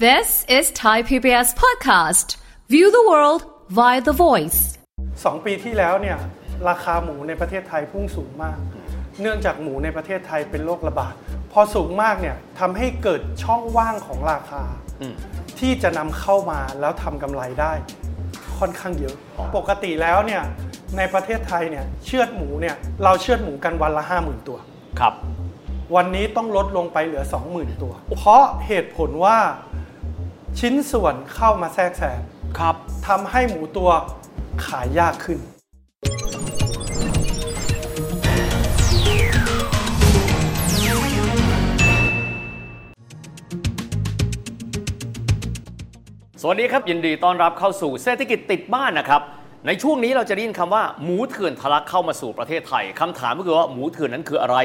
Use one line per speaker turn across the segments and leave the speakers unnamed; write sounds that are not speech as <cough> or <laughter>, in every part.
This is Thai PBS Podcast. View the world via the voice.
สองปีที่แล้วเนี่ยราคาหมูในประเทศไทยพุ่งสูงมาก เนื่องจากหมูในประเทศไทยเป็นโรคระบาด พอสูงมากเนี่ยทำให้เกิดช่องว่างของราคา ที่จะนำเข้ามาแล้วทำกำไรได้ ค่อนข้างเยอะ ปกติแล้วเนี่ยในประเทศไทยเนี่ยเชือดหมูเนี่ยเราเชือดหมูกันวันละ 5 0,000 ตัว
ครับ
วันนี้ต้องลดลงไปเหลือ 20,000 ตัว เพราะเหตุผลว่าชิ้นส่วนเข้ามาแทรกแซง
ครับ
ทำให้หมูตัวขายยากขึ้น
สวัสดีครับ ยินดีต้อนรับเข้าสู่เศรษฐกิจติดบ้านนะครับ ในช่วงนี้เราจะได้ยินคำว่าหมูเถื่อนทะลักเข้ามาสู่ประเทศไทยคำถามก็คือว่าหมูเถื่อนนั้นคืออะไร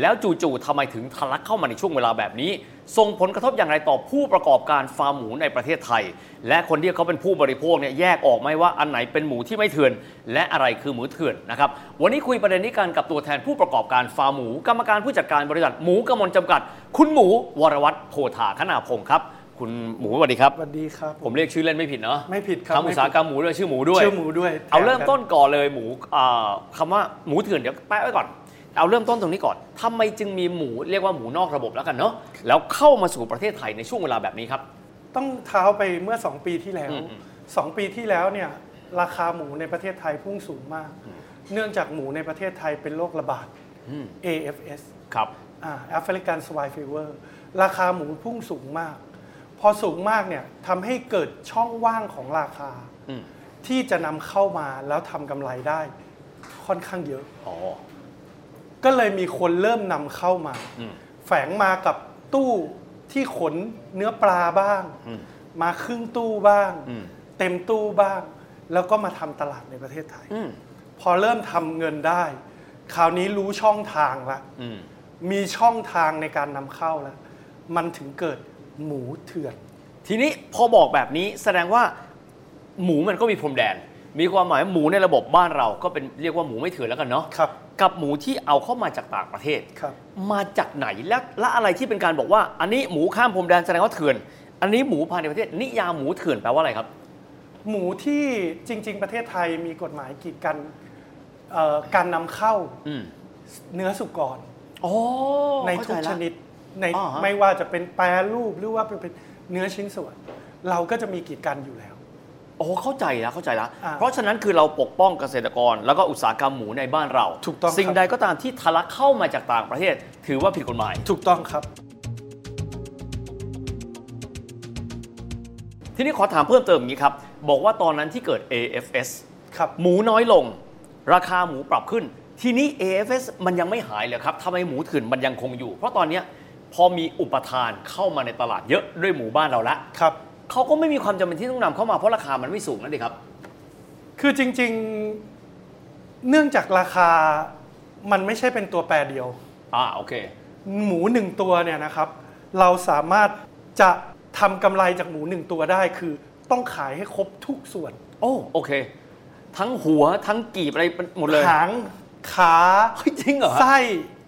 แล้วจู่ๆทำไมถึงทะลักเข้ามาในช่วงเวลาแบบนี้ ส่งผลกระทบอย่างไรต่อผู้ประกอบการฟาร์มหมูในประเทศไทย และคนที่เขาเป็นผู้บริโภคเนี่ยแยกออกไหมว่าอันไหนเป็นหมูที่ไม่เถื่อน และอะไรคือหมูเถื่อนนะครับวันนี้คุยประเด็นนี้กันกับตัวแทนผู้ประกอบการฟาร์มหมู กรรมการผู้จัดการบริษัทหมูกมลจำกัด คุณหมูวรวัตรโพธาคณาพงศ์ครับ คุณหมูสวัสดีครับ
สวัสดีครับ
ผมเรียกชื่อเล่นไม่ผิดเนาะ
ไม่ผิดครับ
ทำอุตสาหกรรมหมูด้วยชื่อหมูด้วย
เชื่อหมูด้วย
เอาเริ่มต้นก่อนเลยหมูอ่าคำาว่าหมูเถื่อนเดี๋ยวแปะไว้ก่อน เอาเริ่มต้นตรงนี้ก่อนทำไมจึงมีหมูเรียกว่าหมูนอกระบบแล้วกันเนาะแล้วเข้ามาสู่ประเทศไทยในช่วงเวลาแบบนี้ครับ
ต้องเท้าไปเมื่อ 2 ปีที่แล้ว
อืมอืม
2 ปีที่แล้วเนี่ยราคาหมูในประเทศไทยพุ่งสูงมาก เนื่องจากหมูในประเทศไทยเป็นโรคระบาด
อืม
AFS
ครับ
อ่า African Swine Fever ราคาหมูพุ่งสูงมาก พอสูงมากเนี่ยทำให้เกิดช่องว่างของราคา
อืม
ที่จะนำเข้ามาแล้วทำกำไรได้ ค่อนข้างเยอะ
อ๋อ
ก็เลยมีคนเริ่มนำเข้ามา
อืม
แฝงมากับตู้ที่ขนเนื้อปลาบ้าง
อืม
มาครึ่งตู้บ้าง
อืม
เต็มตู้บ้าง แล้วก็มาทำตลาดในประเทศไทย
อืม
พอเริ่มทำเงินได้ คราวนี้รู้ช่องทางละ
อืม
มีช่องทางในการนำเข้าละมันถึงเกิดหมูเถื่อน
ทีนี้พอบอกแบบนี้แสดงว่า หมูมันก็มีพรมแดน มีความหมายหมูในระบบบ้านเราก็เป็นเรียกว่าหมูไม่เถื่อนแล้วกันเนาะ
ครับ
กับหมูที่เอาเข้ามาจากต่างประเทศ
ครับ
มาจากไหนและและอะไรที่เป็นการบอกว่า อันนี้หมูข้ามพรมแดนแสดงว่าเถื่อน อันนี้หมูภายในประเทศนิยามหมูเถื่อนแปลว่าอะไรครับ
หมูที่จริง ๆ ประเทศไทยมีกฎหมายกีดกันเอ่อการนำเข้า
อืม
เนื้อสุกร
อ๋อ
ในทุกชนิดใน
อ่าฮะ
ไม่ว่าจะเป็นแปรรูปหรือว่าเป็นเนื้อชิ้นส่วน เราก็จะมีกิจการอยู่แล้ว
โอ้เข้าใจแล้วเข้าใจแล้ว
อ่า
เพราะฉะนั้นคือเราปกป้องเกษตรกร แล้วก็อุตสาหกรรมหมูในบ้านเรา
ถูกต้องครับ
สิ่งใดก็ตามที่ทะลักเข้ามาจากต่างประเทศ ถือว่าผิดกฎหมาย
ถูกต้องครับ
ทีนี้ขอถามเพิ่มเติมอย่างนี้ครับ บอกว่าตอนนั้นที่เกิด AFS
ครับ
หมูน้อยลง ราคาหมูปรับขึ้น ทีนี้ AFS มันยังไม่หายเลยครับทำไมหมูเถื่อนมันยังคงอยู่ เพราะตอนเนี้ยพอมีอุปทานเข้ามาในตลาดเยอะด้วยหมูบ้านเราละ
ครับ
เขาก็ไม่มีความจำเป็นที่ต้องนำเข้ามาเพราะราคามันไม่สูงนั่นเองครับ
คือจริง ๆ เนื่องจากราคามันไม่ใช่เป็นตัวแปรเดียว
อ่าโอเค
หมูหนึ่งตัวเนี่ยนะครับ เราสามารถจะทำกำไรจากหมูหนึ่งตัวได้ คือต้องขายให้ครบทุกส่วน
โอ้โอเค ทั้งหัวทั้งกีบอะไรหมดเลย
หางขา
เฮ้ยจริงเหรอ
ไส้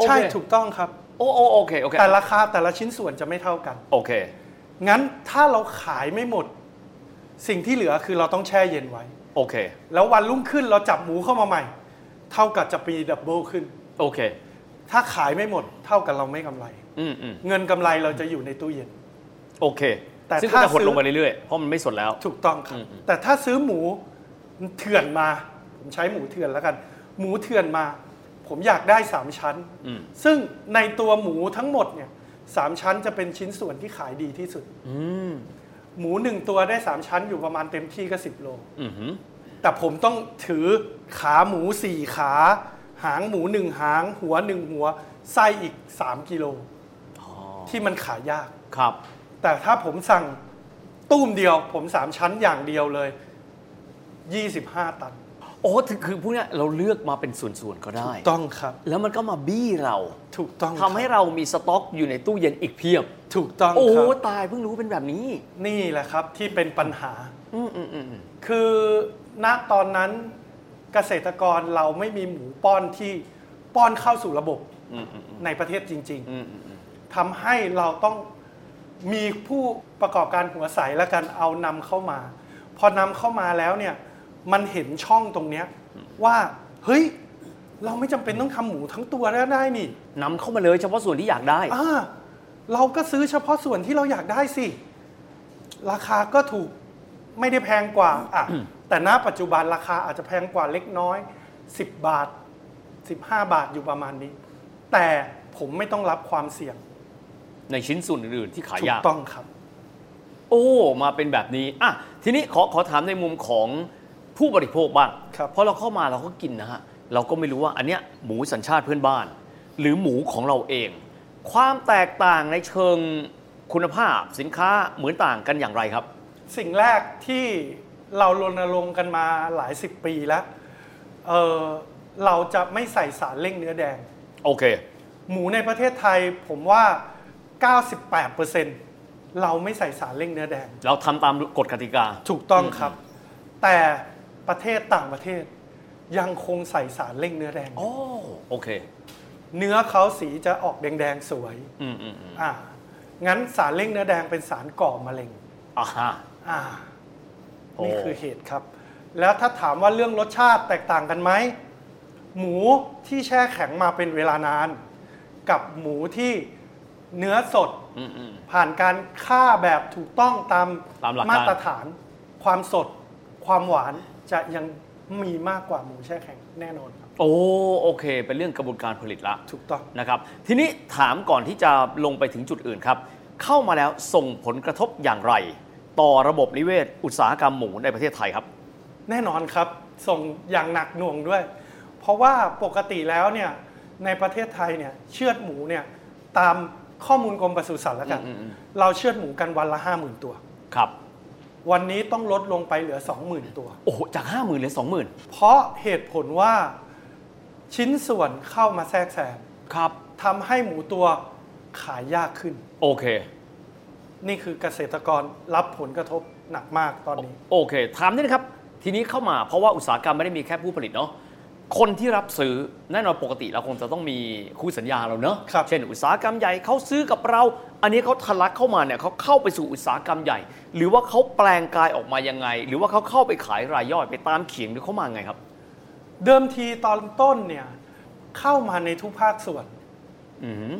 ใช่
โอเค
ถูกต้องครับ
โอ้โอ้โอเคโอเค
แต่ราคาแต่ละชิ้นส่วนจะไม่เท่ากัน
โอเค
งั้นถ้าเราขายไม่หมด สิ่งที่เหลือคือเราต้องแช่เย็นไว้
โอเค
แล้ววันรุ่งขึ้นเราจับหมูเข้ามาใหม่ เท่ากับจะมีดับเบิลขึ้น
โอเค
ถ้าขายไม่หมด เท่ากับเราไม่กำไร
อืมอืม
เงินกำไรเราจะอยู่ในตู้เย็น
โอเค
แต่
ซึ่ง
ถ้า
ก็จะหด
ซื้อ
ลงไปเรื่อยๆเพราะมันไม่สดแล้ว
ถูกต้องครับ
อืม
แต่ถ้าซื้อหมูเถื่อนมา ผมใช้หมูเถื่อนแล้วกัน หมูเถื่อนมา ผมอยากได้สามชั้น
อืม
ซึ่งในตัวหมูทั้งหมดเนี่ยสามชั้นจะเป็นชิ้นส่วนที่ขายดีที่สุด
อืม
หมูหนึ่งตัวได้สามชั้นอยู่ประมาณเต็มที่ก็สิบโล
อืมหือ
แต่ผมต้องถือขาหมูสี่ขา หางหมูหนึ่งหาง หัวหนึ่งหัวไส้อีก 3 กิโล ที่มันขายยาก
ครับ
แต่ถ้าผมสั่งตุ้มเดียว ผม 3 ชั้นอย่างเดียวเลย 25 ตัน
โอ้ถึงคือพวกเนี้ยเราเลือกมาเป็นส่วนๆก็ได้
ถูกต้องครับ
แล้วมันก็มาบี้เรา
ถูกต้อง
ทำให้
ครับ
เรามีสต็อกอยู่ในตู้เย็นอีกเพียบ
ถูกต้อง
โอ้
ครับ
ตายเพิ่งรู้เป็นแบบนี้
นี่แหละครับที่เป็นปัญหา
อืมอืมอืมอืม
คือณตอนนั้นเกษตรกรเราไม่มีหมูป้อนที่ป้อนเข้าสู่ระบบ
อืมอืม
ในประเทศจริง ๆ
อืมอืมอืม
ทำให้เราต้อง มีผู้ประกอบการหัวใสและกันเอานำเข้ามา พอนำเข้ามาแล้วเนี่ยมันเห็นช่องตรงเนี้ยว่าเฮ้ยเราไม่จำเป็นต้องทำหมูทั้งตัวก็ได้นี่
นำเข้ามาเลยเฉพาะส่วนที่อยากได้
อ่าเราก็ซื้อเฉพาะส่วนที่เราอยากได้สิ ราคาก็ถูกไม่ได้แพงกว่าอ่ะแต่ณปัจจุบันราคาอาจจะแพงกว่าเล็กน้อย 10 บาท 15 บาทอยู่ประมาณนี้ แต่ผมไม่ต้องรับความเสี่ยง
ในชิ้นส่วนอื่นๆที่ขาย
ถู
ยาก ก
ต้องครับ
โอ้มาเป็นแบบนี้อ่ะทีนี้ขอขอถามในมุมของผู้บริโภคบ้าง
ครับ
เพราะเราเข้ามาเราก็กินนะฮะเราก็ไม่รู้ว่าอันเนี้ยหมูสัญชาติเพื่อนบ้าน หรือหมูของเราเอง ความแตกต่างในเชิงคุณภาพสินค้าเหมือนต่างกันอย่างไรครับ
สิ่งแรกที่เรารณรงค์กันมาหลายสิบปีแล้วเอ่อเราจะไม่ใส่สารเร่งเนื้อแดง
โอเค
หมูในประเทศไทยผมว่า 98%เราไม่ใส่สารเร่งเนื้อแดง
เราทำตามกฎกติกา
ถูกต้องครับ แต่ประเทศต่างประเทศยังคงใส่สารเร่งเนื้อแดง
โอ้โอเค
เนื้อเขาสีจะออกแดงๆสวย
อืมอืมอืม
อ่างั้นสารเร่งเนื้อแดงเป็นสารก่อมะเร็ง
อ่าฮะ
อ่า
โอ้
นี่คือเหตุครับ แล้วถ้าถามว่าเรื่องรสชาติแตกต่างกันไหม หมูที่แช่แข็งมาเป็นเวลานาน กับหมูที่เนื้อสด
อืมอืม
ผ่านการฆ่าแบบถูกต้องตาม
ตามหลักการ
มาตรฐาน ความสด ความหวานจะยังมีมากกว่าหมูแช่แข็งแน่นอนครับ
โอ้โอเค เป็นเรื่องกระบวนการผลิตละ
ถูกต้อง
นะครับทีนี้ถามก่อนที่จะลงไปถึงจุดอื่นครับ เข้ามาแล้วส่งผลกระทบอย่างไร ต่อระบบนิเวศ อุตสาหกรรมหมูในประเทศไทยครับ
แน่นอนครับ ส่งอย่างหนักหน่วงด้วย เพราะว่าปกติแล้วเนี่ยในประเทศไทยเนี่ยเชือดหมูเนี่ยตามข้อมูลกรมปศุสัตว์แล้วกัน
อืมอืมอืม
เราเชือดหมูกันวันละ 5 0,000 ตัว
ครับ
วันนี้ต้องลดลงไปเหลือ 20,000 ตัว
โอ้โหจาก 5 0,000เหลือ20,000
เพราะเหตุผลว่าชิ้นส่วนเข้ามาแทรกแซง
ครับ
ทำให้หมูตัวขายยากขึ้น
โอเค
นี่คือเกษตรกรรับผลกระทบหนักมากตอนนี้
โอเค ถามนิดนะครับ ทีนี้เข้ามาเพราะว่าอุตสาหกรรมไม่ได้มีแค่ผู้ผลิตเนาะคนที่รับซื้อแน่นอนปกติเราคงจะต้องมีคู่สัญญาเราเนอะ
ครับ
เช่น อุตสาหกรรมใหญ่เขาซื้อกับเรา อันนี้เขาทะลักเข้ามาเนี่ยเขาเข้าไปสู่อุตสาหกรรมใหญ่ หรือว่าเขาแปลงกายออกมายังไง หรือว่าเขาเข้าไปขายรายย่อยไปตามเขียงหรือเขามาไงครับ
เดิมทีตอนต้นเนี่ยเข้ามาในทุกภาคส่วน
อืม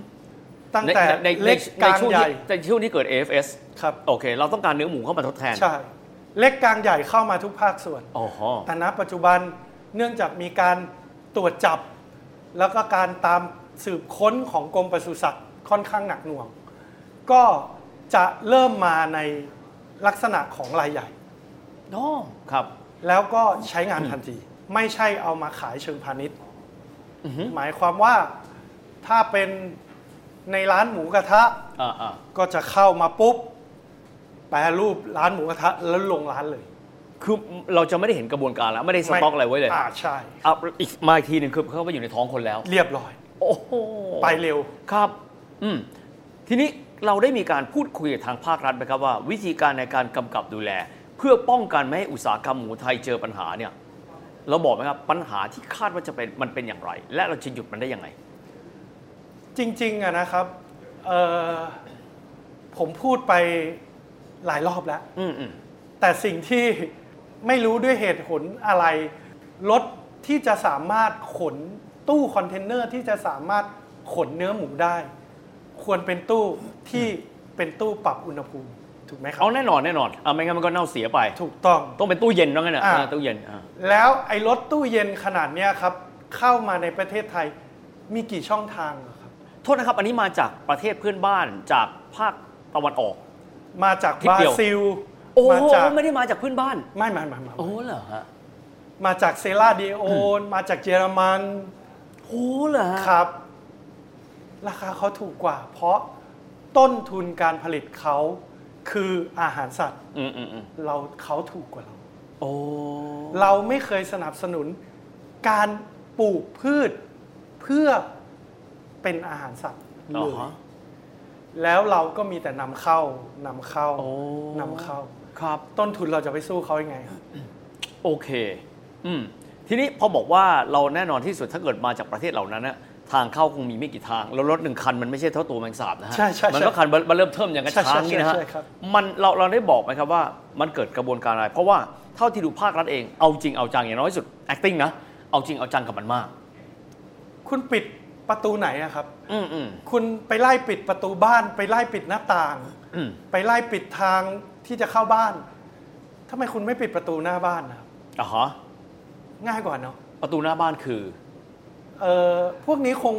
ตั้งแต่
ในในใน
เล็กกลาง
ช่วง
ใหญ่
ที่ในช่วงที่เกิด AFS
ครับ
โอเค เราต้องการเนื้อหมูเข้ามาทดแทน
ใช่เล็กกลางใหญ่เข้ามาทุกภาคส่วน
อ๋อฮะ
แต่ณปัจจุบันเนื่องจากมีการตรวจจับ แล้วก็การตามสืบค้นของกรมปศุสัตว์ค่อนข้างหนักหน่วง ก็จะเริ่มมาในลักษณะของรายใหญ่
อ๋อครับ
แล้วก็ใช้งานทันที ไม่ใช่เอามาขายเชิงพาณิชย์
อือฮึ
หมายความว่าถ้าเป็นในร้านหมูกระทะ
อ่าอ่า
ก็จะเข้ามาปุ๊บ แปรรูปร้านหมูกระทะแล้วลงร้านเลย
คือเราจะไม่ได้เห็นกระบวนการแล้ว ไม่ได้สต็อกอะไรไว้เลย
อ่าใช่
อ่ะอีกมาอีกทีหนึ่งคือเข้าไปอยู่ในท้องคนแล้ว
เรียบร้อย
โอ้โห
ไปเร็ว
ครับ อืม ทีนี้เราได้มีการพูดคุยกับทางภาครัฐไหมครับว่า วิธีการในการกำกับดูแล เพื่อป้องกันไม่ให้อุตสาหกรรมหมูไทยเจอปัญหาเนี่ย เราบอกไหมครับปัญหาที่คาดว่าจะเป็นมันเป็นอย่างไร และเราจะหยุดมันได้ยังไง
จริง ๆอะนะครับเอ่อผมพูดไปหลายรอบแล้ว
อืมอืม
แต่สิ่งที่ไม่รู้ด้วยเหตุผลอะไร รถที่จะสามารถขนตู้คอนเทนเนอร์ที่จะสามารถขนเนื้อหมูได้ ควรเป็นตู้ที่เป็นตู้ปรับอุณหภูมิ ถูกไหมครับ
เอาแน่นอนแน่นอนอ่ะไม่งั้นมันก็เน่าเสียไป
ถูกต้อง
ต้องเป็นตู้เย็นว่างั้นนะ
อ่า
อ่าตู้เย็นอ่า
แล้วไอ้รถตู้เย็นขนาดเนี้ยครับ เข้ามาในประเทศไทยมีกี่ช่องทางเหรอครับ
โทษนะครับ อันนี้มาจากประเทศเพื่อนบ้านจากภาคตะวันออก
มาจาก
ทิศ
บรา
เดียว
ซิล
โอ้
มาจาก
ไม่ได้มาจากเพื่อนบ้าน
ไม่ไม่ไม่ไม่
โอ้เหรอฮะ
มาจากเซราดิโอนมาจากเยอรมัน
โอ้เหรอฮะ
ครับ ราคาเขาถูกกว่า เพราะต้นทุนการผลิตเขาคืออาหารสัตว์
อืมอืมอืม
เราเขาถูกกว่าเรา
โอ้
เราไม่เคยสนับสนุนการปลูกพืชเพื่อเป็นอาหารสัตว์
เหร
เล
อย ฮะ
แล้วเราก็มีแต่นำเข้านำเข้า
โอ้
นำเข้า
ครับ
ต้นทุนเราจะไปสู้เขายังไงครับ
โอเค อืม ทีนี้พอบอกว่าเราแน่นอนที่สุดถ้าเกิดมาจากประเทศเหล่านั้นนะ ทางเข้าคงมีไม่กี่ทางแล้วรถหนึ่งคันมันไม่ใช่เท่าตัวแมงสาบนะฮะ
ใช่ใช่ใช่
มันก็คันเบิ่มเริ่มเทิมอย่างกระ
ใช่ใช่
ช้างนี่นะฮะ
ใช่ครับ
มันเราเราได้บอกไหมครับว่ามันเกิดกระบวนการอะไร เพราะว่าเท่าที่ดูภาครัฐเองเอาจริงเอาจังอย่างน้อยที่สุด acting นะเอาจริงเอาจังกับมันมาก
คุณปิดประตูไหนอะครับ
อืมอืม
คุณไปไล่ปิดประตูบ้านไปไล่ปิดหน้าต่าง
อืม
ไปไล่ปิดทางที่จะเข้าบ้านทำไมคุณไม่ปิดประตูหน้าบ้านนะครับ
อ่ะฮะ
ง่ายกว่าเนาะ
ประตูหน้าบ้านคือ
เอ่อพวกนี้คง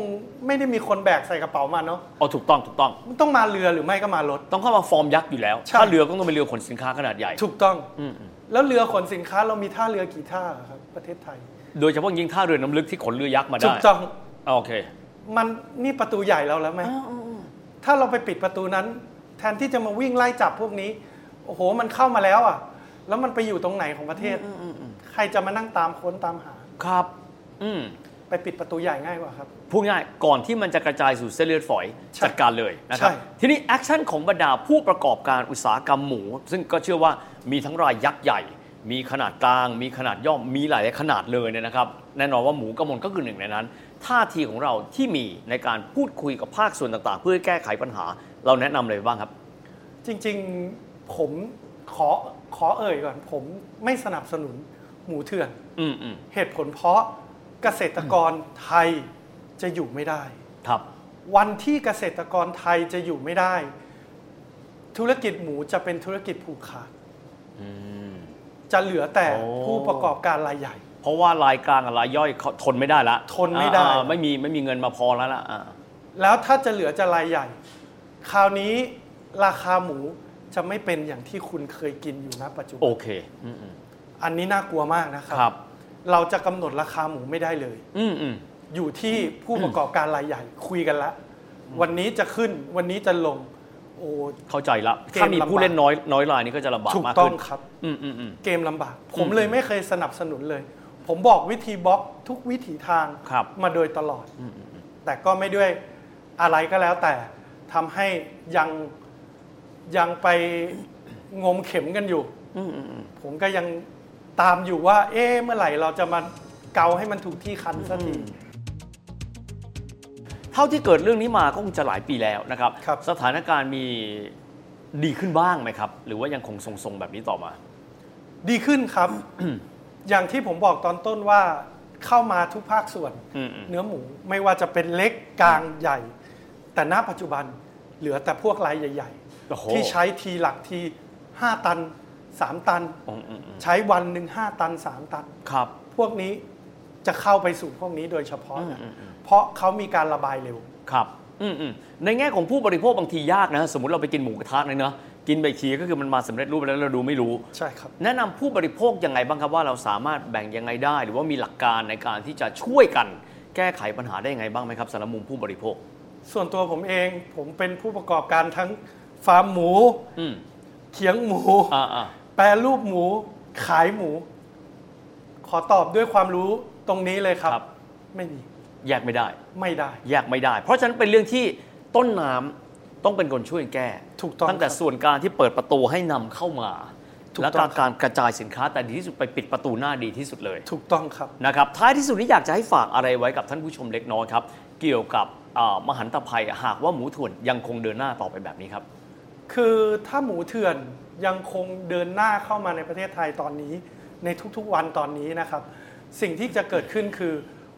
ไม่ได้มีคนแบกใส่กระเป๋ามาเนาะ
เอาถูกต้องถูกต้อง
มันต้องมาเรือหรือไม่ก็มารถ
ต้องเข้ามาฟอร์มยักษ์อยู่แล้ว
ใช่
ถ้าเรือก็ต้องเป็นเรือขนสินค้าขนาดใหญ่
ถูกต้อง
อืมอืม
แล้วเรือขนสินค้าเรามีท่าเรือกี่ท่าครับประเทศไทย
โดยเฉพาะยิ่งท่าเรือน้ำลึกที่ขนเรือยักษ์มาได้
ถูกต้อง
โอเค
มันนี่ประตูใหญ่เราแล้วไหมถ้าเราไปปิดประตูนั้น แทนที่จะมาวิ่งไล่จับพวกนี้ โอ้โหมันเข้ามาแล้วอ่ะ แล้วมันไปอยู่ตรงไหนของประเทศ ใครจะมานั่งตามค้นตามหา
ครับ อืม
ไปปิดประตูใหญ่ง่ายกว่าครับ
พูดง่ายก่อนที่มันจะกระจายสู่เส้นเลือดฝอย
ใช่
จัดการเลยนะครับ
ใช่
ทีนี้แอคชั่นของบรรดาผู้ประกอบการอุตสาหกรรมหมู ซึ่งก็เชื่อว่ามีทั้งรายยักษ์ใหญ่ มีขนาดกลาง มีขนาดย่อมมีหลายขนาดเลยเนี่ยนะครับ แน่นอนว่าหมูกระมนก็คือหนึ่งในนั้น ท่าทีของเราที่มีในการพูดคุยกับภาคส่วนต่างๆ เพื่อแก้ไขปัญหา เราแนะนำอะไรบ้างครับ
จริงๆผมขอขอเอ่ยก่อน ผมไม่สนับสนุนหมูเถื่อน
อืมอืม
เหตุผลเพราะเกษตรกรไทยจะอยู่ไม่ได้
ครับ
วันที่เกษตรกรไทยจะอยู่ไม่ได้ ธุรกิจหมูจะเป็นธุรกิจผูกขาด
อืม
จะเหลือแต่
โอ้
ผู้ประกอบการรายใหญ่
เพราะว่ารายกลางกับรายย่อยเขาทนไม่ได้ละ
ทนไม่ได้
อ่าอ่าไม่มีไม่มีเงินมาพอแล้วละอ่า
แล้วถ้าจะเหลือจะรายใหญ่ คราวนี้ราคาหมูจะไม่เป็นอย่างที่คุณเคยกินอยู่นะปัจจุบั
โอน เคอืมอืม
อันนี้น่ากลัวมากนะครั
ครับ
เราจะกำหนดราคาหมูไม่ได้เลย
อืมอืม
อยู่ที่ผู้ประกอบการรายใหญ่ คุยกันละวันนี้จะขึ้นวันนี้จะลง โอ้
เข้าใจละ
เกม
ถ้ามี
ลำบาก
ผู้เล่นน้อยน้อยรายนี้ก็จะลำบาก
ถูก
มาก
ต้อ
ขึ้
ง
น
ครับ
อืมอืมอืม
เกมลำบาก ผม
อืม
เลยไม่เคยสนับสนุนเลย ผมบอกวิธีบล็อกทุกวิถีทาง
ครับ
มาโดยตลอด แต่ก็ไม่ด้วยอะไรก็แล้วแต่ทำให้ยังยังไปงมเข็มกันอยู่ ผมก็ยังตามอยู่ว่า เอ๊ะเมื่อไหร่เราจะมาเกาให้มันถูกที่คันสักที
เท่าที่เกิดเรื่องนี้มาก็คงจะหลายปีแล้วนะครับ
ครับ
สถานการณ์มีดีขึ้นบ้างไหมครับ หรือว่ายังคงทรงๆแบบนี้ต่อมา
ดีขึ้นครับ <coughs> อย่างที่ผมบอกตอนต้นว่าเข้ามาทุกภาคส่วน
อืมอืม
เนื้อหมูไม่ว่าจะเป็นเล็กกลางใหญ่ แต่ณปัจจุบันเหลือแต่พวกรายใหญ่
โอ้โห
ๆ ที่ใช้ทีหลักที 5 ตัน 3 ตัน
อืมอืมอืม
ใช้วันหนึ่ง5ตัน 3 ตัน
ครับ
พวกนี้จะเข้าไปสู่พวกนี้โดยเฉพาะนะ
อืมอืม
เพราะเขามีการระบายเร็ว
ครับอืมอืมในแง่ของผู้บริโภคบางทียากนะ สมมติเราไปกินหมูกระทะเนี่ยเนอะกินไปทีก็คือมันมาสำเร็จรูปไปแล้วเราดูไม่รู้
ใช่ครับ
แนะนำผู้บริโภคยังไงบ้างครับว่าเราสามารถแบ่งยังไงได้ หรือว่ามีหลักการในการที่จะช่วยกัน แก้ไขปัญหาได้ยังไงบ้างไหมครับสำหรับมุมผู้บริโภค
ส่วนตัวผมเองผมเป็นผู้ประกอบการทั้งฟาร์มหมู
อืม
เขียงหมู
อ่าอ่า
แปรรูปหมูขายหมู ขอตอบด้วยความรู้ตรงนี้เลยครับ
ครับ
ไม่มี
แยกไม่ได้
ไม่ได้
แยกไม่ได้ เพราะฉะนั้นเป็นเรื่องที่ต้นน้ำต้องเป็นคนช่วยแก้
ถูกต้อง
ตั้งแต่
ครับ
ส่วนกลางที่เปิดประตูให้นำเข้ามา
ถูก
และ
ต้
กา
อง
ร
ครับ
การกระจายสินค้าแต่ดีที่สุดไปปิดประตูหน้าดีที่สุดเลย
ถูกต้องครับ
นะครับท้ายที่สุดนี้อยากจะให้ฝากอะไรไว้กับท่านผู้ชมเล็กน้อยครับ เกี่ยวกับอ่ามหันตภัยหากว่าหมูถ่วนยังคงเดินหน้าต่อไปแบบนี้ครับ
คือถ้าหมูเถื่อนยังคงเดินหน้าเข้ามาในประเทศไทยตอนนี้ ในทุกๆวันตอนนี้นะครับ สิ่งที่จะเกิดขึ้นคือ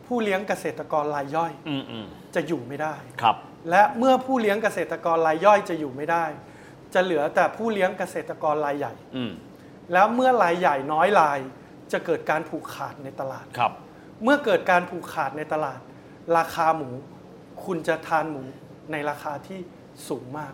ผู้เลี้ยงเกษตรกรรายย่อย
อืมอืม
จะอยู่ไม่ได้
ครับ
และเมื่อผู้เลี้ยงเกษตรกรรายย่อยจะอยู่ไม่ได้ จะเหลือแต่ผู้เลี้ยงเกษตรกรรายใหญ่
อืม
แล้วเมื่อรายใหญ่น้อยรายจะเกิดการผูกขาดในตลาด
ครับ
เมื่อเกิดการผูกขาดในตลาด ราคาหมู คุณจะทานหมูในราคาที่สูงมาก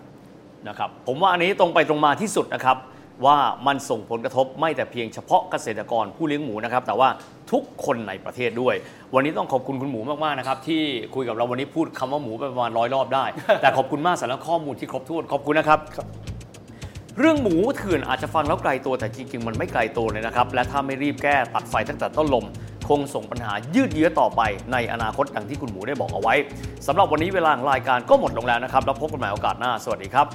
นะครับผมว่าอันนี้ตรงไปตรงมาที่สุดนะครับ ว่ามันส่งผลกระทบไม่แต่เพียงเฉพาะเกษตรกรผู้เลี้ยงหมูนะครับ แต่ว่าทุกคนในประเทศด้วย วันนี้ต้องขอบคุณคุณหมูมากๆนะครับ ที่คุยกับเราวันนี้พูดคำว่าหมูไปประมาณร้อยรอบได้ แต่ขอบคุณมากสำหรับข้อมูลที่ครบถ้วนขอบคุณนะครับ
ครับ
เรื่องหมูเถื่อนอาจจะฟังแล้วไกลตัวแต่จริง ๆ มันไม่ไกลตัวเลยนะครับ และถ้าไม่รีบแก้ตัดไฟตั้งแต่ต้นลม คงส่งปัญหายืดเยื้อต่อไปในอนาคตดังที่คุณหมูได้บอกเอาไว้สำหรับวันนี้เวลาของรายการก็หมดลงแล้วนะครับ แล้วพบกันใหม่โอกาสหน้าสวัสดีครับ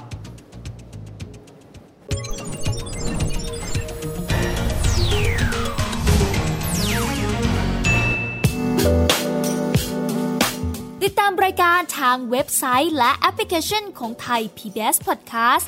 ติด
ติดตามรายการทางเว็บไซต์และแอปพลิเคชันของไทย PBS Podcast